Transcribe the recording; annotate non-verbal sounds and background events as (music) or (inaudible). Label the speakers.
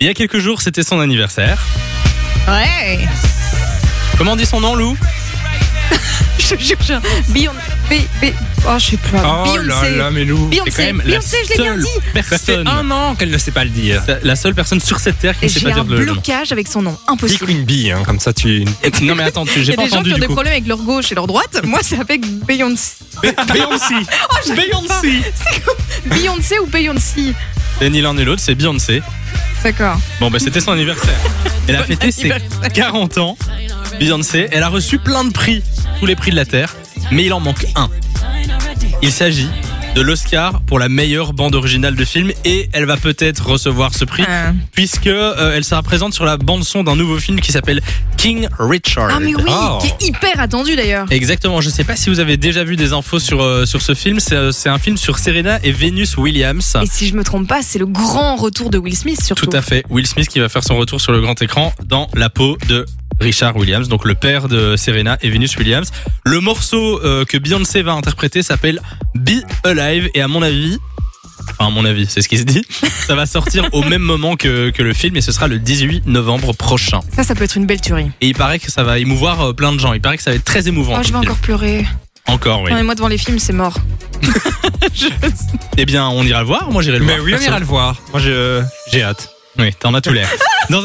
Speaker 1: Il y a quelques jours, c'était son anniversaire.
Speaker 2: Ouais. (laughs)
Speaker 1: Comment on dit son nom, Lou
Speaker 2: Je jure, je... Beyoncé. Bé- bé- Oh, je sais plus.
Speaker 1: Ah,
Speaker 2: Beyoncé.
Speaker 1: mais Lou,
Speaker 2: Beyoncé, Beyoncé, je l'ai bien dit.
Speaker 3: Ça
Speaker 1: personne.
Speaker 3: fait un
Speaker 1: an qu'elle ne sait pas le dire. La seule personne sur cette terre qui
Speaker 2: Et
Speaker 1: ne sait
Speaker 2: j'ai
Speaker 1: pas
Speaker 2: un
Speaker 1: dire le nom.
Speaker 2: blocage avec son nom.
Speaker 3: Big
Speaker 2: Impossible.
Speaker 3: Queen Bee, hein, comme ça tu.
Speaker 1: Non, mais attends, tu-
Speaker 2: Il
Speaker 1: j'ai
Speaker 2: y a
Speaker 1: pas
Speaker 2: des gens
Speaker 1: entendu
Speaker 2: qui ont
Speaker 1: du
Speaker 2: des
Speaker 1: coup.
Speaker 2: problèmes avec leur gauche et leur droite. (laughs) Moi, c'est avec Beyoncé. (laughs)
Speaker 1: Beyoncé
Speaker 2: Oh,
Speaker 1: Beyoncé
Speaker 2: Beyoncé ou Beyoncé
Speaker 1: Et ni l'un ni l'autre, c'est Beyoncé.
Speaker 2: D'accord.
Speaker 1: Bon, bah, c'était son anniversaire. Elle a fêté ses 40 ans, Beyoncé. Elle a reçu plein de prix, tous les prix de la Terre, mais il en manque un. Il s'agit de l'Oscar pour la meilleure bande originale de film et elle va peut-être recevoir ce prix
Speaker 2: Ah.
Speaker 1: puisque euh, elle sera présente sur la bande son d'un nouveau film qui s'appelle King Richard.
Speaker 2: Ah, mais oui,
Speaker 3: Oh.
Speaker 2: qui est hyper attendu d'ailleurs.
Speaker 1: Exactement, je sais pas si vous avez déjà vu des infos sur, euh, sur ce film, c'est euh, c'est un film sur Serena et Venus Williams.
Speaker 2: Et si je me trompe pas, c'est le grand retour de Will Smith surtout.
Speaker 1: Tout à fait. Will Smith qui va faire son retour sur le grand écran dans la peau de Richard Williams, donc le père de Serena et Venus Williams. Le morceau euh, que Beyoncé va interpréter s'appelle Be Alive et à mon avis, enfin à mon avis, c'est ce qui se dit, (laughs) ça va sortir au même moment que, que le film et ce sera le 18 novembre prochain.
Speaker 2: Ça, ça peut être une belle tuerie.
Speaker 1: Et il paraît que ça va émouvoir euh, plein de gens. Il paraît que ça va être très émouvant.
Speaker 2: Oh, je vais
Speaker 1: comme film.
Speaker 2: encore pleurer.
Speaker 1: Encore, oui.
Speaker 2: Non, mais moi, devant les films, c'est mort.
Speaker 1: Eh bien, on ira le voir. Moi, j'irai le voir.
Speaker 3: Mais oui, on
Speaker 1: perso.
Speaker 3: ira le voir. Moi, je- j'ai hâte.
Speaker 1: Oui, t'en as tout l'air. Dans